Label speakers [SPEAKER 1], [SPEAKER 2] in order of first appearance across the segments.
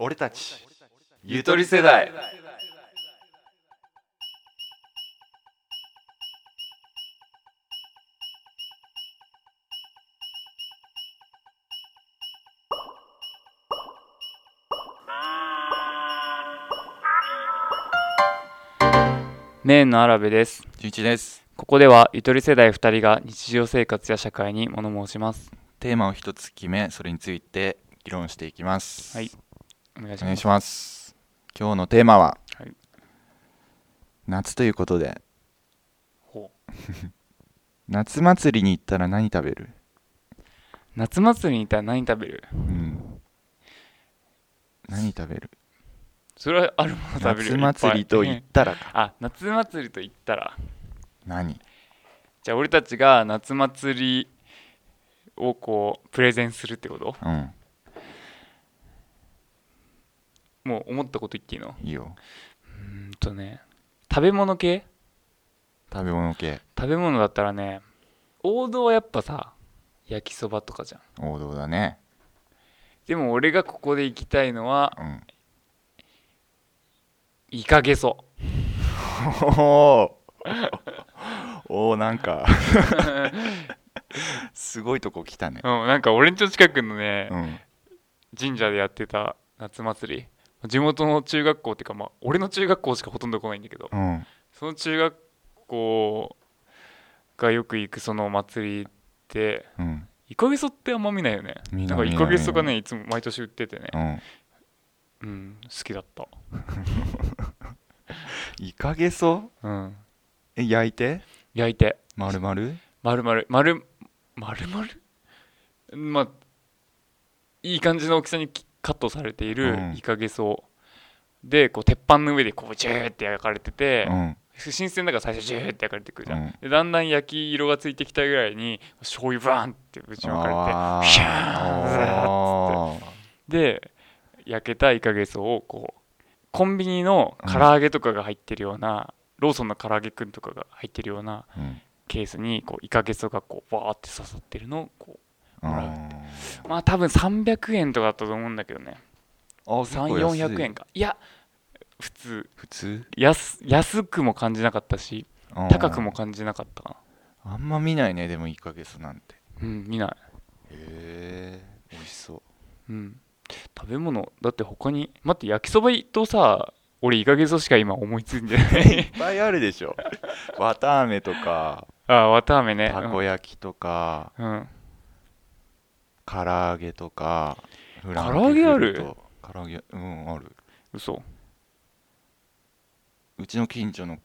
[SPEAKER 1] 俺たち
[SPEAKER 2] ゆとり世代
[SPEAKER 3] メインのアラベです
[SPEAKER 1] 純一です
[SPEAKER 3] ここではゆとり世代2人が日常生活や社会に物申します
[SPEAKER 1] テーマを一つ決めそれについて議論していきます
[SPEAKER 3] はいお願いし
[SPEAKER 1] お
[SPEAKER 3] ま
[SPEAKER 1] 願い
[SPEAKER 3] す
[SPEAKER 1] します今日のテーマは、
[SPEAKER 3] はい
[SPEAKER 1] 夏ということで
[SPEAKER 3] ほ
[SPEAKER 1] 夏祭りに行ったら何食べる
[SPEAKER 3] 夏祭りに行ったら何食べる
[SPEAKER 1] うん何食べる
[SPEAKER 3] それはあるもの食べるよ
[SPEAKER 1] 夏祭りと
[SPEAKER 3] いっぱ
[SPEAKER 1] 言
[SPEAKER 3] い
[SPEAKER 1] ったらか
[SPEAKER 3] あ夏祭りと言ったら
[SPEAKER 1] 何
[SPEAKER 3] じゃあ俺たちが夏祭りをこうプレゼンするってこと
[SPEAKER 1] うん
[SPEAKER 3] もう思ったこと言っていいの
[SPEAKER 1] いいよ
[SPEAKER 3] うーんとね食べ物系
[SPEAKER 1] 食べ物系
[SPEAKER 3] 食べ物だったらね王道はやっぱさ焼きそばとかじゃん
[SPEAKER 1] 王道だね
[SPEAKER 3] でも俺がここで行きたいのは
[SPEAKER 1] うん
[SPEAKER 3] イカゲソ
[SPEAKER 1] おーおーなん かすごいとこ来たね
[SPEAKER 3] うんなんか俺んちの近くのね、
[SPEAKER 1] うん
[SPEAKER 3] 神社でやってた夏祭り地元の中学校っていうかまあ俺の中学校しかほとんど来ないんだけど
[SPEAKER 1] うん
[SPEAKER 3] その中学校がよく行くその祭りって
[SPEAKER 1] うん
[SPEAKER 3] イカゲソってあんま見ないよね
[SPEAKER 1] 見
[SPEAKER 3] な
[SPEAKER 1] なんい
[SPEAKER 3] かイカゲソが
[SPEAKER 1] 見な
[SPEAKER 3] ねいつも毎年売っててね
[SPEAKER 1] うん
[SPEAKER 3] うん好きだった
[SPEAKER 1] イカゲソ
[SPEAKER 3] うん
[SPEAKER 1] え焼いて
[SPEAKER 3] 焼いて
[SPEAKER 1] 丸々
[SPEAKER 3] 丸々丸丸々まあいい感じの大きさにきカットされている
[SPEAKER 1] うん
[SPEAKER 3] イカゲソでこう鉄板の上でこうジューって焼かれてて、
[SPEAKER 1] うん
[SPEAKER 3] 新鮮だから最初ジューって焼かれてくるじゃ
[SPEAKER 1] う
[SPEAKER 3] ん、
[SPEAKER 1] ん
[SPEAKER 3] でだんだん焼き色がついてきたぐらいに醤油バーンってぶちまかれて
[SPEAKER 1] あー
[SPEAKER 3] シャーンズーで焼けたイカゲソをこうコンビニの唐揚げとかが入ってるような、ローソンの唐揚げくんとかが入ってるような
[SPEAKER 1] おーうん
[SPEAKER 3] ケースにこうイカゲソがこうバーって刺さってるのをこもらう
[SPEAKER 1] あ
[SPEAKER 3] うまあ多分300円とかだったと思うんだけどね
[SPEAKER 1] ー
[SPEAKER 3] 3400円かいや普通
[SPEAKER 1] 普通
[SPEAKER 3] 安安くも感じなかったし
[SPEAKER 1] あー
[SPEAKER 3] 高くも感じなかったか
[SPEAKER 1] あんま見ないねでもイカゲソなんて
[SPEAKER 3] なうん見ない
[SPEAKER 1] へえ美味しそう
[SPEAKER 3] うん食べ物だって他に待って焼きそばとさ俺イカゲソしか今思いついてない
[SPEAKER 1] いっぱいあるで しょわたあめとか
[SPEAKER 3] ああわたあめね
[SPEAKER 1] たこ焼きとか
[SPEAKER 3] うん、うん
[SPEAKER 1] 唐揚げとかフラン
[SPEAKER 3] 唐揚げある
[SPEAKER 1] クフルト唐揚げうんある
[SPEAKER 3] 嘘
[SPEAKER 1] うちの近所の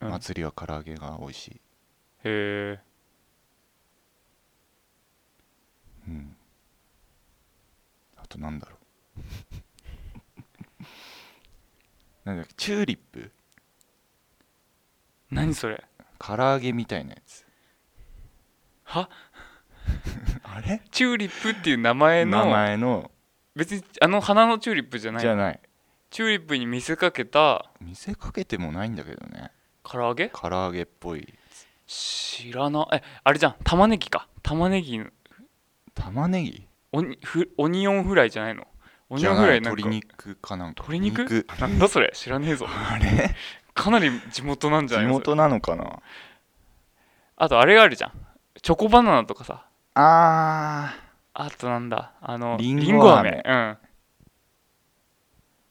[SPEAKER 3] うん
[SPEAKER 1] 祭りは唐揚げが美味しい、
[SPEAKER 3] へえ
[SPEAKER 1] うん、あとなんだろう なんだっけチューリップ
[SPEAKER 3] 何それ
[SPEAKER 1] 唐揚げみたいなやつ
[SPEAKER 3] は
[SPEAKER 1] あれ
[SPEAKER 3] チューリップっていう名前の
[SPEAKER 1] 名前の
[SPEAKER 3] 別にあの花のチューリップじゃない
[SPEAKER 1] じゃない
[SPEAKER 3] チューリップに見せかけた
[SPEAKER 1] 見せかけてもないんだけどね
[SPEAKER 3] 唐揚げ
[SPEAKER 1] 唐揚げっぽい
[SPEAKER 3] 知らなえあれじゃん玉ねぎか玉ねぎの
[SPEAKER 1] 玉ねぎ
[SPEAKER 3] オニフオニオンフライじゃないのオニ
[SPEAKER 1] じ
[SPEAKER 3] オ
[SPEAKER 1] ゃ
[SPEAKER 3] ンフ
[SPEAKER 1] な
[SPEAKER 3] ラ
[SPEAKER 1] い
[SPEAKER 3] イなんか
[SPEAKER 1] 鶏肉かなんか
[SPEAKER 3] 鶏肉 なんだそれ知らねえぞ
[SPEAKER 1] あれ
[SPEAKER 3] かなり地元なんじゃ
[SPEAKER 1] 地
[SPEAKER 3] ないそれ
[SPEAKER 1] 元なのかな
[SPEAKER 3] あとあれがあるじゃんチョコバナナとかさ
[SPEAKER 1] あー
[SPEAKER 3] あとなんだあの
[SPEAKER 1] リンゴ飴
[SPEAKER 3] 飴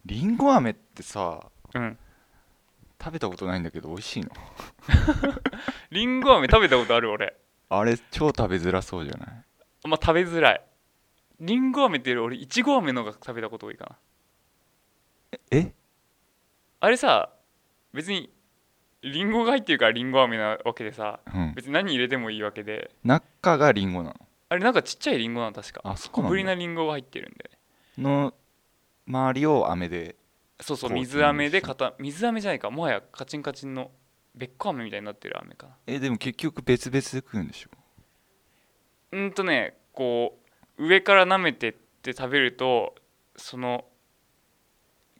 [SPEAKER 1] りんご飴ってさ
[SPEAKER 3] うんうん
[SPEAKER 1] 食べたことないんだけど美味しいの
[SPEAKER 3] リンゴ飴食べたことある俺
[SPEAKER 1] あれ超食べづらそうじゃない
[SPEAKER 3] あんま食べづらいリンゴ飴っていうより俺いちご飴の方が食べたこと多いかな
[SPEAKER 1] え
[SPEAKER 3] あれさ別にリンゴが入ってるからリンゴ飴なわけでさ
[SPEAKER 1] うん
[SPEAKER 3] 別に何入れてもいいわけで
[SPEAKER 1] 中がりんごなの
[SPEAKER 3] あれなんかちっちゃいリンゴなの確か
[SPEAKER 1] あそ
[SPEAKER 3] 小
[SPEAKER 1] こ
[SPEAKER 3] ぶりなリンゴが入ってるんで
[SPEAKER 1] の周りを飴で
[SPEAKER 3] そうそう
[SPEAKER 1] こう
[SPEAKER 3] 水飴で固水飴じゃないかもはやカチンカチンのべっこ飴みたいになってる飴かな
[SPEAKER 1] えでも結局別々で食うんでしょ
[SPEAKER 3] うんとねこう上から舐めてって食べるとその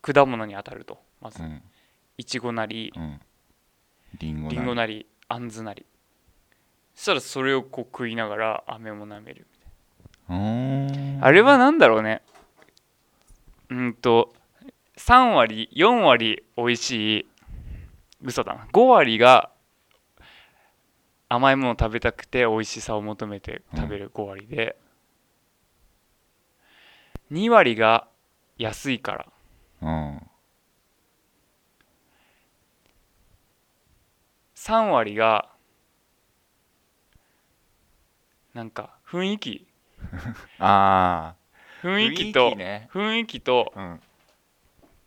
[SPEAKER 3] 果物に当たるとまず
[SPEAKER 1] うん
[SPEAKER 3] いちごなり
[SPEAKER 1] うんりんご
[SPEAKER 3] りんご
[SPEAKER 1] な
[SPEAKER 3] なりあんずなりそしたらそれをこう食いながら飴も舐める
[SPEAKER 1] あ
[SPEAKER 3] あ
[SPEAKER 1] れ
[SPEAKER 3] れはなんだろうねううんと3割4割美味しい嘘だな5割が甘いものを食べたくて美味しさを求めて食べる5割で、2割が安いから
[SPEAKER 1] うん
[SPEAKER 3] 3割がなんか雰囲気
[SPEAKER 1] ああ
[SPEAKER 3] 雰囲気と雰囲気,、
[SPEAKER 1] ね
[SPEAKER 3] と
[SPEAKER 1] うん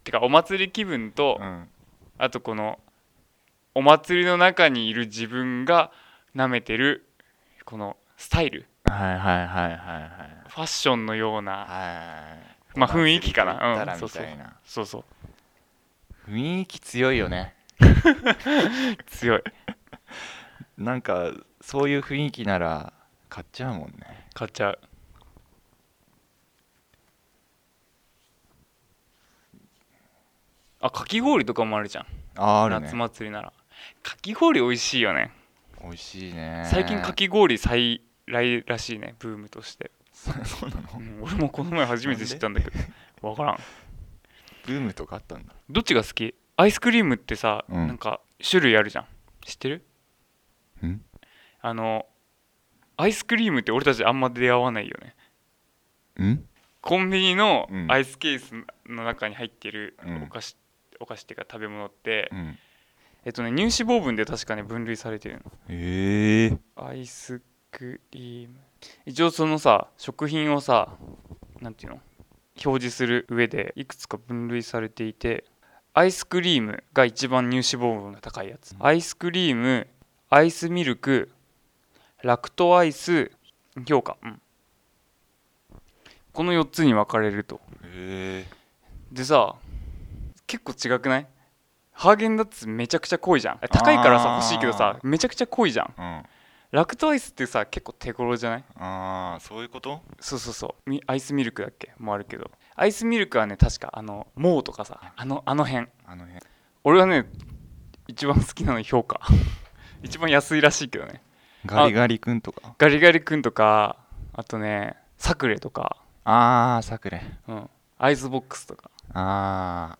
[SPEAKER 3] てかお祭り気分と、
[SPEAKER 1] うん
[SPEAKER 3] あとこのお祭りの中にいる自分が舐めてるこのスタイル
[SPEAKER 1] はいはいはいはいはい
[SPEAKER 3] ファッションのような
[SPEAKER 1] はい
[SPEAKER 3] まあ雰囲気かな
[SPEAKER 1] お祭りと言ったら
[SPEAKER 3] うんそうそう
[SPEAKER 1] みたいな
[SPEAKER 3] そうそう
[SPEAKER 1] 雰囲気強いよね
[SPEAKER 3] 強い
[SPEAKER 1] なんかそういう雰囲気なら買っちゃうもんね
[SPEAKER 3] 買っちゃうあかき氷とかもあるじゃん、
[SPEAKER 1] あーある
[SPEAKER 3] 夏
[SPEAKER 1] ね
[SPEAKER 3] 祭りならかき氷美味しいよね
[SPEAKER 1] 美味しいね
[SPEAKER 3] 最近かき氷再来らしいねブームとして、
[SPEAKER 1] そそうなの
[SPEAKER 3] うん俺もこの前初めて知ったんだけど 分からん
[SPEAKER 1] ブームとかあったんだ
[SPEAKER 3] どっちが好きアイスクリームってさ、
[SPEAKER 1] うん
[SPEAKER 3] なんか種類あるじゃん知ってる
[SPEAKER 1] ん
[SPEAKER 3] あのアイスクリームって俺たちあんま出会わないよね
[SPEAKER 1] うん
[SPEAKER 3] コンビニの
[SPEAKER 1] うん
[SPEAKER 3] アイスケースの中に入ってる
[SPEAKER 1] うん
[SPEAKER 3] お菓子、お菓子っていうか食べ物って、
[SPEAKER 1] うん
[SPEAKER 3] えっとね乳脂肪分で確かね分類されてる
[SPEAKER 1] ええ
[SPEAKER 3] のアイスクリーム一応そのさ食品をさなんていうの表示する上でいくつか分類されていてアイスクリームが一番乳脂肪分が高いやつアイスクリームアイスミルクラクトアイス評価、うん、この4つに分かれると
[SPEAKER 1] え
[SPEAKER 3] でさ結構違くないハーゲンダッツめちゃくちゃ濃いじゃん高いからさ
[SPEAKER 1] あー
[SPEAKER 3] 欲しいけどさめちゃくちゃ濃いじゃん
[SPEAKER 1] うんあ
[SPEAKER 3] ラクトアイスってさ結構手頃じゃない
[SPEAKER 1] あーそういうこと
[SPEAKER 3] そうそうそうみアイスミルクだっけもあるけどアイスミルクはね確かあのモーとかさあのあの辺
[SPEAKER 1] あの辺
[SPEAKER 3] 俺はね一番好きなの評価 一番安いらしいけどね
[SPEAKER 1] ガリガリ君とか
[SPEAKER 3] ガリガリ君とかあとねサクレとか、
[SPEAKER 1] ああさくれ
[SPEAKER 3] うん、アイスボックスとか
[SPEAKER 1] あ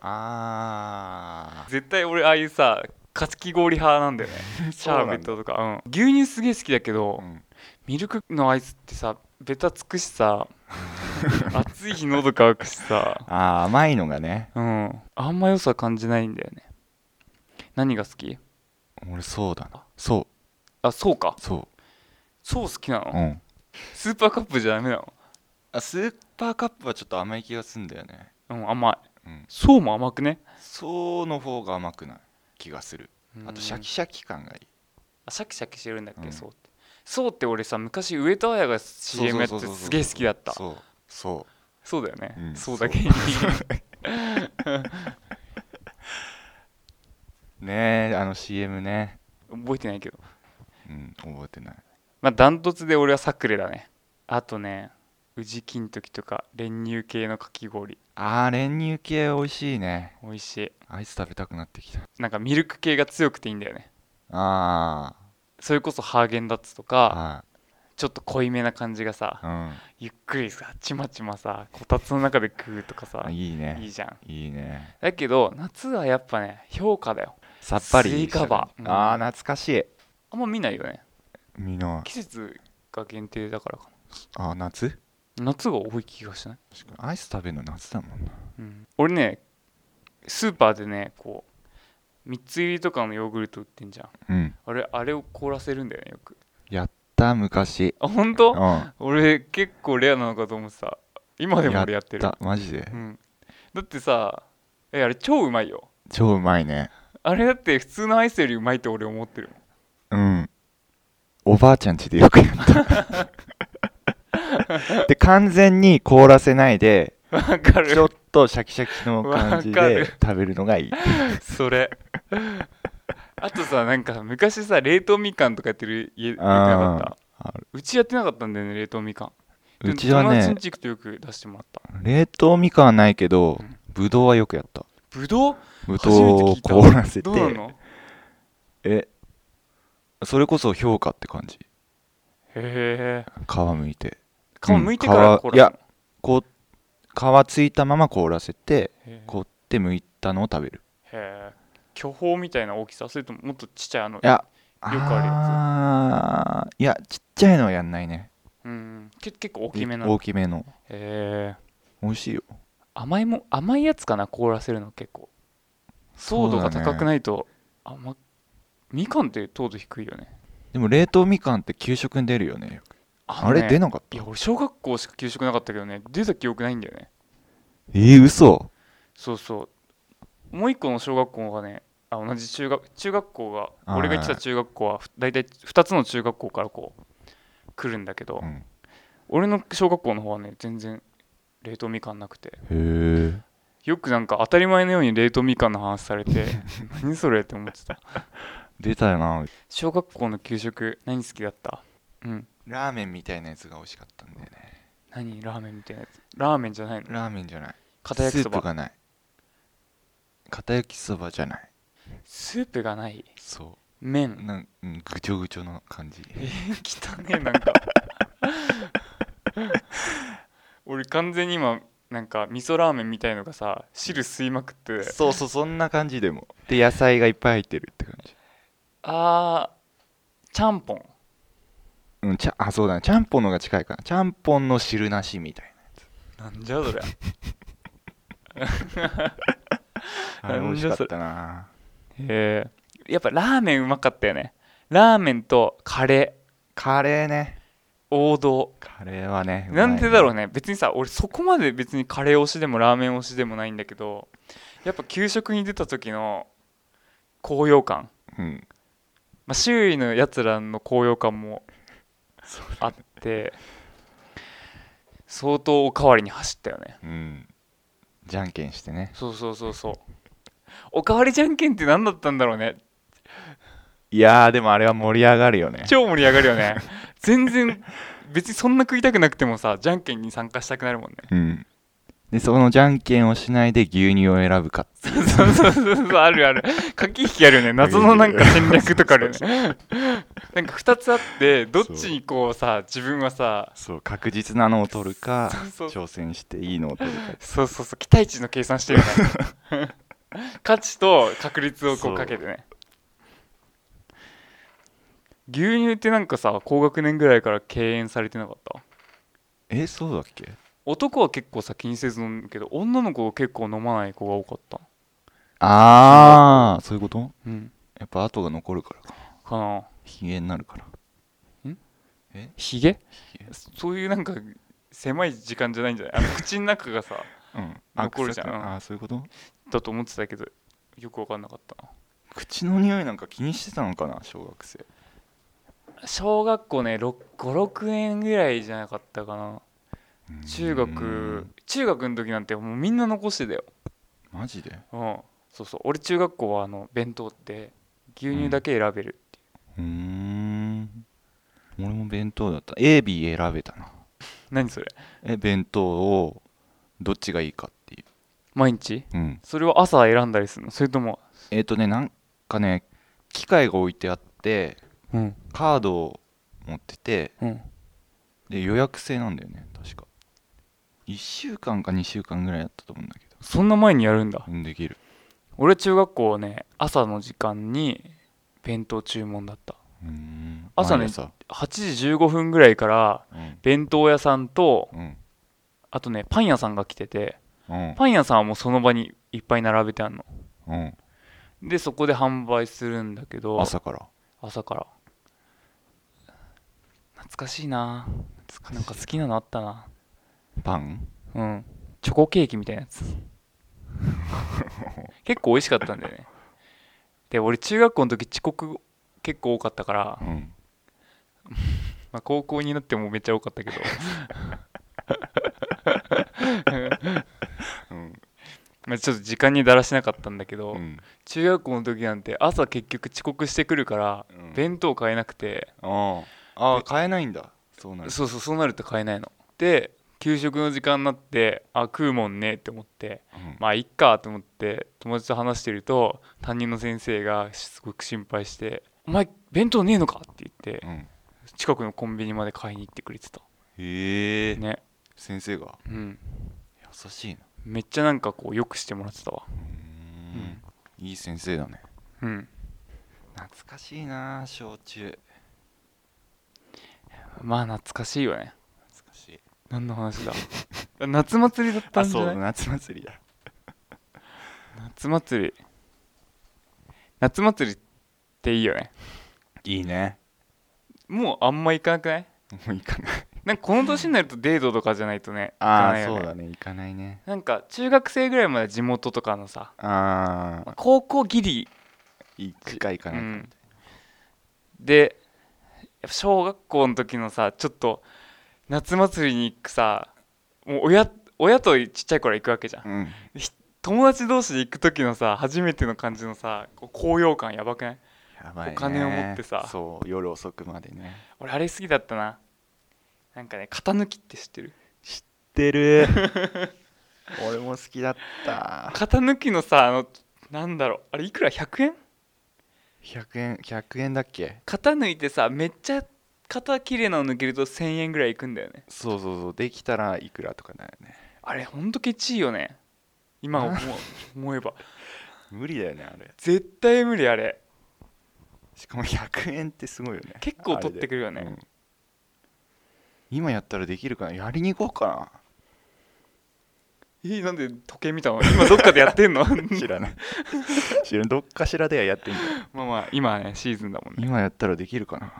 [SPEAKER 1] ああ
[SPEAKER 3] 絶対俺ああいうさかき氷派なんだよねシ
[SPEAKER 1] そう
[SPEAKER 3] ャ
[SPEAKER 1] なん
[SPEAKER 3] ー
[SPEAKER 1] だ
[SPEAKER 3] ベットとか、うん、牛乳すげえ好きだけ
[SPEAKER 1] あ
[SPEAKER 3] ど、ミルクのアイスってさベタつく しさ暑い日喉乾くしさ
[SPEAKER 1] あー甘いのがね
[SPEAKER 3] うんあんま良さ感じないんだよね何が好き
[SPEAKER 1] 俺そうだなそ
[SPEAKER 3] あそうか
[SPEAKER 1] うそ
[SPEAKER 3] そう好きな
[SPEAKER 1] う
[SPEAKER 3] の
[SPEAKER 1] うん
[SPEAKER 3] スーパーカップじゃダメなの
[SPEAKER 1] あスーパーカップはちょっと甘い気がすんだよね
[SPEAKER 3] うん甘い
[SPEAKER 1] うん
[SPEAKER 3] そうも甘くね
[SPEAKER 1] そうの方が甘くない気がするあとシャ
[SPEAKER 3] キ
[SPEAKER 1] キシャキ感がいい
[SPEAKER 3] あシャキシャキしてるんだっけ、
[SPEAKER 1] うん
[SPEAKER 3] そうってそうって俺さ昔上戸彩が CM やって
[SPEAKER 1] そうそうそうそう
[SPEAKER 3] すげえ好きだった
[SPEAKER 1] そうそ
[SPEAKER 3] そうだよね、
[SPEAKER 1] うん
[SPEAKER 3] そうだけに
[SPEAKER 1] うねえあの CM ね
[SPEAKER 3] 覚えてないけど
[SPEAKER 1] うん覚えてない
[SPEAKER 3] まあダントツで俺はサクレだねあとね宇治金時とか練乳系のかき氷
[SPEAKER 1] あー練乳系美味しいね
[SPEAKER 3] 美味しい
[SPEAKER 1] アイス食べたくなってきた
[SPEAKER 3] なんかミルク系が強くていいんだよね
[SPEAKER 1] あ
[SPEAKER 3] それこそハーゲンダッツと
[SPEAKER 1] ー
[SPEAKER 3] か
[SPEAKER 1] は
[SPEAKER 3] ちょっと濃いめな感じがさ
[SPEAKER 1] いうん
[SPEAKER 3] ゆっくりさちまちまさこたつの中で食うとかさ
[SPEAKER 1] あいい
[SPEAKER 3] い
[SPEAKER 1] ね
[SPEAKER 3] いじゃん
[SPEAKER 1] いいね
[SPEAKER 3] だけど夏はやっぱね評価だよ
[SPEAKER 1] さっぱり
[SPEAKER 3] スイカバ
[SPEAKER 1] してるあー懐かしい
[SPEAKER 3] あんま見ないよね
[SPEAKER 1] 見ない
[SPEAKER 3] 季節が限定だからか
[SPEAKER 1] あー夏
[SPEAKER 3] な夏が多い気がしない、
[SPEAKER 1] 確かにアイス食べるの夏だもんな
[SPEAKER 3] うん、俺ねスーパーでねこう3つ入りとかのヨーグルト売ってんじゃん
[SPEAKER 1] うん
[SPEAKER 3] あれあれを凍らせるんだよねよく
[SPEAKER 1] やった昔
[SPEAKER 3] あ本
[SPEAKER 1] う
[SPEAKER 3] 当
[SPEAKER 1] んや
[SPEAKER 3] 俺結構レアなのかと思ってた今でも俺やって
[SPEAKER 1] っ
[SPEAKER 3] る
[SPEAKER 1] たマジで
[SPEAKER 3] うん、だってさえあれ超うまいよ
[SPEAKER 1] 超うまいね
[SPEAKER 3] あれだって普通のアイスよりうまいって俺思ってるもん
[SPEAKER 1] うんおばあちゃん家でよくや ったで完全に凍らせないで
[SPEAKER 3] わか
[SPEAKER 1] ちょ
[SPEAKER 3] る
[SPEAKER 1] っとシャキシャキの感じ
[SPEAKER 3] わかる
[SPEAKER 1] で食べるのがいい
[SPEAKER 3] それ あとさなんか昔さ冷凍みかんとかやってる家家でなかった
[SPEAKER 1] あー
[SPEAKER 3] うちやってなかったんだよね冷凍みかんで
[SPEAKER 1] うちは
[SPEAKER 3] 友達
[SPEAKER 1] ね
[SPEAKER 3] ん家行くとよく出してもらった
[SPEAKER 1] 冷凍みかんはないけど
[SPEAKER 3] うん
[SPEAKER 1] ぶどうはよくやった
[SPEAKER 3] ぶどう
[SPEAKER 1] ぶど
[SPEAKER 3] 初
[SPEAKER 1] う
[SPEAKER 3] め
[SPEAKER 1] を
[SPEAKER 3] て聞いた
[SPEAKER 1] 凍らせて
[SPEAKER 3] どうなの
[SPEAKER 1] えそれこそ評価って感じ
[SPEAKER 3] へえ
[SPEAKER 1] 皮むいて
[SPEAKER 3] 皮むいてから
[SPEAKER 1] うん
[SPEAKER 3] こ
[SPEAKER 1] 皮いやこう皮皮ついたまま凍らせて
[SPEAKER 3] へ
[SPEAKER 1] 凍って剥いたのを食べる
[SPEAKER 3] え巨峰みたいな大きさそれとももっとちっちゃいあ
[SPEAKER 1] い
[SPEAKER 3] の
[SPEAKER 1] や
[SPEAKER 3] くあるやつ
[SPEAKER 1] あーいやちっちゃいのはやんないね
[SPEAKER 3] うんけ結構大きめな
[SPEAKER 1] 大
[SPEAKER 3] へ
[SPEAKER 1] きめの
[SPEAKER 3] え
[SPEAKER 1] 美味しいよ
[SPEAKER 3] 甘いもん甘いやつかな凍らせるの結構糖度が
[SPEAKER 1] そうだね
[SPEAKER 3] 高くないと甘みかんって糖度低いよね
[SPEAKER 1] でも冷凍みかんって給食に出るよねあ
[SPEAKER 3] のね
[SPEAKER 1] れ出なかっ
[SPEAKER 3] い
[SPEAKER 1] た
[SPEAKER 3] や俺小学校しか給食なかったけどね出た記憶ないんだよね
[SPEAKER 1] えー、嘘
[SPEAKER 3] そうそうもう一個の小学校がねあ同じ中学中学校が
[SPEAKER 1] はい
[SPEAKER 3] 俺が行ってた中学校はふ大体2つの中学校からこう来るんだけど、
[SPEAKER 1] うん
[SPEAKER 3] 俺の小学校の方はね全然冷凍みかんなくて
[SPEAKER 1] へえ
[SPEAKER 3] よくなんか当たり前のように冷凍みかんの話さ れて何それって思ってた
[SPEAKER 1] 出たよな
[SPEAKER 3] 小学校の給食何好きだったうん
[SPEAKER 1] ラーメンみたいなやつが美味しかったんだよね
[SPEAKER 3] 何ラーメンみたいなやつラーメンじゃないの
[SPEAKER 1] ラーメンじゃない
[SPEAKER 3] 片焼きそ
[SPEAKER 1] スープ
[SPEAKER 3] ば
[SPEAKER 1] がない片焼きそばじゃない
[SPEAKER 3] スープがない
[SPEAKER 1] そ
[SPEAKER 3] 麺
[SPEAKER 1] うなん、うん、ぐちょぐちょの感じ
[SPEAKER 3] えー、汚ねえなんか 俺完全に今なんか味噌ラーメンみたいのがさ汁吸いまくって
[SPEAKER 1] そうそうそんな感じでもで野菜がいっぱい入ってるって感じ
[SPEAKER 3] あーちゃんぽん
[SPEAKER 1] うんちゃあそうだねちゃんぽんのが近いかなちゃんぽんの汁なしみたい
[SPEAKER 3] なんじゃそりゃ
[SPEAKER 1] なあれ
[SPEAKER 3] な
[SPEAKER 1] 美
[SPEAKER 3] ん
[SPEAKER 1] 味
[SPEAKER 3] じ
[SPEAKER 1] し
[SPEAKER 3] ゃ
[SPEAKER 1] か
[SPEAKER 3] そ
[SPEAKER 1] っ
[SPEAKER 3] れ
[SPEAKER 1] たな
[SPEAKER 3] へえやっぱラーメンうまかったよねラーメンとカレー
[SPEAKER 1] カレーね
[SPEAKER 3] 王道
[SPEAKER 1] カレーはね
[SPEAKER 3] なんでだろう
[SPEAKER 1] う
[SPEAKER 3] ね別にさ俺そこまで別にカレー推しでもラーメン推しでもないんだけどやっぱ給食に出た時の高揚感
[SPEAKER 1] まいねうん
[SPEAKER 3] まあ、周囲のやつらの高揚感もあって相当おかわりに走ったよね
[SPEAKER 1] うんじゃんけんしてね
[SPEAKER 3] そうそうそうそうおかわりじゃんけんって何だったんだろうね
[SPEAKER 1] いやーでもあれは盛り上がるよね
[SPEAKER 3] 超盛り上がるよね 全然別にそんな食いたくなくてもさじゃんけんに参加したくなるもんね
[SPEAKER 1] うんでそのじゃんけんをしないで牛乳を選ぶかっていう
[SPEAKER 3] そうそうそうそうあるある駆け引きあるよね謎のなんか戦略とかあるよねなんか2つあってどっちにこうさ自分はさ
[SPEAKER 1] そう確実なのを取るか
[SPEAKER 3] そうそ
[SPEAKER 1] 挑戦していいのを取るか
[SPEAKER 3] そうそうそう期待値の計算してるから、ね、価値と確率をこ
[SPEAKER 1] そうう
[SPEAKER 3] かけてね牛乳ってなんかさ高学年ぐらいから敬遠されてなかった
[SPEAKER 1] えそうだっけ
[SPEAKER 3] 男は結構さ気にせず飲むけど女の子が結構飲まない子が多かった
[SPEAKER 1] ああそういうこと
[SPEAKER 3] うん
[SPEAKER 1] やっぱ跡が残るからか
[SPEAKER 3] かな
[SPEAKER 1] ひげになるから
[SPEAKER 3] ひげ
[SPEAKER 1] ひげ
[SPEAKER 3] そういうなんか狭い時間じゃないんじ ゃないあの口の中がさ
[SPEAKER 1] うん
[SPEAKER 3] 残るじゃん
[SPEAKER 1] あ臭くあーそういうこと
[SPEAKER 3] だと思ってたけどよく分かんなかったな
[SPEAKER 1] 口の匂いなんか気にしてたのかな小学生
[SPEAKER 3] 小学校ね56円ぐらいじゃなかったかな中
[SPEAKER 1] う
[SPEAKER 3] 学
[SPEAKER 1] ん
[SPEAKER 3] 中学の時なんてもうみんな残してたよ、
[SPEAKER 1] マジで
[SPEAKER 3] うん、そうそう俺中学校はあの弁当って牛乳だけ選べる、
[SPEAKER 1] うーん俺も弁当だった AB 選べたな
[SPEAKER 3] 何それ
[SPEAKER 1] え弁当をどっちがいいかってい
[SPEAKER 3] 毎日
[SPEAKER 1] ううん
[SPEAKER 3] それは朝選んだりするのそれとも
[SPEAKER 1] えっ、とねなんかね機械が置いてあって
[SPEAKER 3] うん
[SPEAKER 1] カードを持ってて
[SPEAKER 3] うん
[SPEAKER 1] で予約制なんだよね確か1週間か2週間ぐらいだったと思うんだけど
[SPEAKER 3] そんな前にやるんだ
[SPEAKER 1] うんできる
[SPEAKER 3] 俺中学校はね朝の時間に弁当注文だった
[SPEAKER 1] うーん
[SPEAKER 3] 朝
[SPEAKER 1] 毎
[SPEAKER 3] ね
[SPEAKER 1] 朝
[SPEAKER 3] 8時15分ぐらいから
[SPEAKER 1] うん
[SPEAKER 3] 弁当屋さんと
[SPEAKER 1] うん
[SPEAKER 3] あとねパン屋さんが来てて
[SPEAKER 1] うん
[SPEAKER 3] パン屋さんはもうその場にいっぱい並べてあんの
[SPEAKER 1] うん
[SPEAKER 3] でそこで販売するんだけど
[SPEAKER 1] 朝から
[SPEAKER 3] 朝から懐かしいななんか好きなのあったな
[SPEAKER 1] パン
[SPEAKER 3] うんチョコケーキみたいな やつ結構美味しかったんだよねで俺中学校の時遅刻結構多かったから
[SPEAKER 1] う、ん
[SPEAKER 3] まあ、高校になってもめっちゃ多かった けど
[SPEAKER 1] うん
[SPEAKER 3] まあちょっと時間にだらしなかったんだけど、
[SPEAKER 1] うん
[SPEAKER 3] 中学校の時なんて朝結局遅刻してくるから
[SPEAKER 1] うん
[SPEAKER 3] 弁当買えなくて、
[SPEAKER 1] ああああ買えないんだそうなる
[SPEAKER 3] そうそうそうなると買えないので給食の時間になってあ食うもんねって思って
[SPEAKER 1] うん
[SPEAKER 3] まあいっかと思って友達と話してると担任の先生がすごく心配して「お前弁当ねえのか?」って言って
[SPEAKER 1] うん
[SPEAKER 3] 近くのコンビニまで買いに行ってくれてた
[SPEAKER 1] へえ
[SPEAKER 3] ね
[SPEAKER 1] 先生が
[SPEAKER 3] うん
[SPEAKER 1] 優しいな
[SPEAKER 3] めっちゃなんかこうよくしてもらってたわ
[SPEAKER 1] うーんいい先生だね
[SPEAKER 3] うん
[SPEAKER 1] 懐かしいな小中
[SPEAKER 3] まあ懐かしいよね
[SPEAKER 1] 懐かしい
[SPEAKER 3] 何の話だ 夏祭りだった
[SPEAKER 1] あ
[SPEAKER 3] んじ
[SPEAKER 1] そ
[SPEAKER 3] ゃな
[SPEAKER 1] う
[SPEAKER 3] い
[SPEAKER 1] 夏祭りだ
[SPEAKER 3] 夏祭り夏祭りっていいよね
[SPEAKER 1] いいね
[SPEAKER 3] もうあんま行かなくない
[SPEAKER 1] もう行かない
[SPEAKER 3] なんかこの年になるとデートとかじゃないとね行か
[SPEAKER 1] あ
[SPEAKER 3] ない
[SPEAKER 1] あ
[SPEAKER 3] よ
[SPEAKER 1] そう
[SPEAKER 3] ね
[SPEAKER 1] だね行かないね
[SPEAKER 3] なんか中学生ぐらいまで地元とかのさ
[SPEAKER 1] ああ
[SPEAKER 3] 高校ギリ
[SPEAKER 1] 行くか行かないかみたいな
[SPEAKER 3] でやっぱ小学校の時のさちょっと夏祭りに行くさもう親親とちっちゃい頃は行くわけじゃん
[SPEAKER 1] うん
[SPEAKER 3] 友達同士で行く時のさ初めての感じのさこう高揚感やばくない
[SPEAKER 1] やばいね
[SPEAKER 3] お金を持ってさ
[SPEAKER 1] そう夜遅くまでね
[SPEAKER 3] 俺あれ好きだったななんかね型抜きって知ってる
[SPEAKER 1] 知ってる 俺も好きだった
[SPEAKER 3] 型抜きのさあのなんだろうあれいくら100円
[SPEAKER 1] 100円100円だっけ
[SPEAKER 3] 型抜いてさめっちゃ型綺麗なの抜けると1000円ぐらいいくんだよね
[SPEAKER 1] そうそうそうできたらいくらとかだよね
[SPEAKER 3] あれほんとケチいよね 今思う思えば
[SPEAKER 1] 無理だよねあれ
[SPEAKER 3] 絶対無理あれ
[SPEAKER 1] しかも100円ってすごいよね
[SPEAKER 3] 結構取ってくるよね
[SPEAKER 1] あれでうん今やったらできるかなやりに行こうか
[SPEAKER 3] えーなんで時計見たの今どっかでやってんの
[SPEAKER 1] な知ら ない知らないどっかしらではやってんだよ
[SPEAKER 3] まあまあ今はねシーズンだもんね
[SPEAKER 1] 今やったらできるかな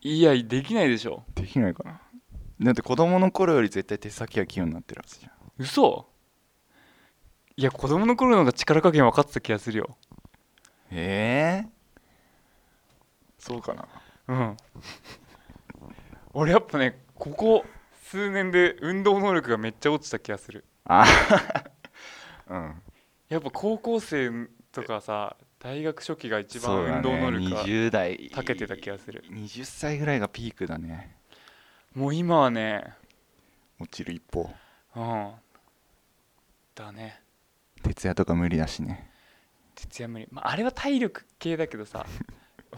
[SPEAKER 1] い
[SPEAKER 3] やできないでしょ
[SPEAKER 1] できないかなだって子供の頃より絶対手先が器用になってるはずじゃん
[SPEAKER 3] 嘘いや子供の頃の方が力加減分かってた気がするよ
[SPEAKER 1] ええそうかな
[SPEAKER 3] うん俺やっぱねここ数年で運動能力がめっちゃ落ちた気がする
[SPEAKER 1] あうん
[SPEAKER 3] やっぱ高校生とかさ大学初期が一番
[SPEAKER 1] そうだね
[SPEAKER 3] 運動能力が
[SPEAKER 1] 20代
[SPEAKER 3] 長けてた気がする
[SPEAKER 1] 20歳ぐらいがピークだね
[SPEAKER 3] もう今はね
[SPEAKER 1] 落ちる一方
[SPEAKER 3] うんだね
[SPEAKER 1] 徹夜とか無理だしね
[SPEAKER 3] 徹夜無理、まあ、あれは体力系だけど さ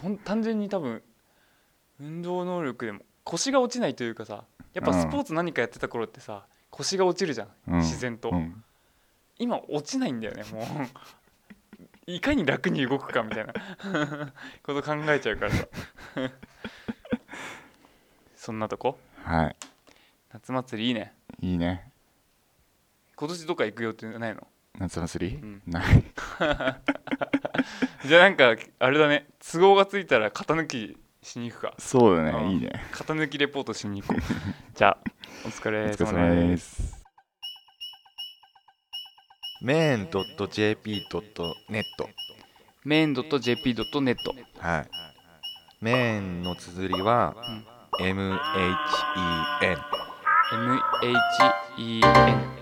[SPEAKER 3] ほん単純に多分運動能力でも腰が落ちないというかさやっぱ
[SPEAKER 1] うん
[SPEAKER 3] スポーツ何かやってた頃ってさ腰が落ちるじゃん、
[SPEAKER 1] うん
[SPEAKER 3] 自然と、
[SPEAKER 1] うん
[SPEAKER 3] 今落ちないんだよね もういかに楽に動くかみたいな こと考えちゃ うからさそんなとこ
[SPEAKER 1] は
[SPEAKER 3] 夏祭りいいね
[SPEAKER 1] いいいね
[SPEAKER 3] 今年どっか行く予定ないの
[SPEAKER 1] 夏祭り、
[SPEAKER 3] うん
[SPEAKER 1] ない
[SPEAKER 3] じゃあなんかあれだね都合がついたら型抜きしに行くか
[SPEAKER 1] そうだね、
[SPEAKER 3] うん
[SPEAKER 1] いいね
[SPEAKER 3] 型抜きレポートしに行こ うじゃあお疲
[SPEAKER 1] お
[SPEAKER 3] れ
[SPEAKER 1] 疲れ
[SPEAKER 3] 様
[SPEAKER 1] 様
[SPEAKER 3] で
[SPEAKER 1] ですす
[SPEAKER 2] main.jp.net
[SPEAKER 3] メイン .jp.net
[SPEAKER 2] はいメインの綴りは、
[SPEAKER 3] ん
[SPEAKER 2] MHEN
[SPEAKER 3] MHEN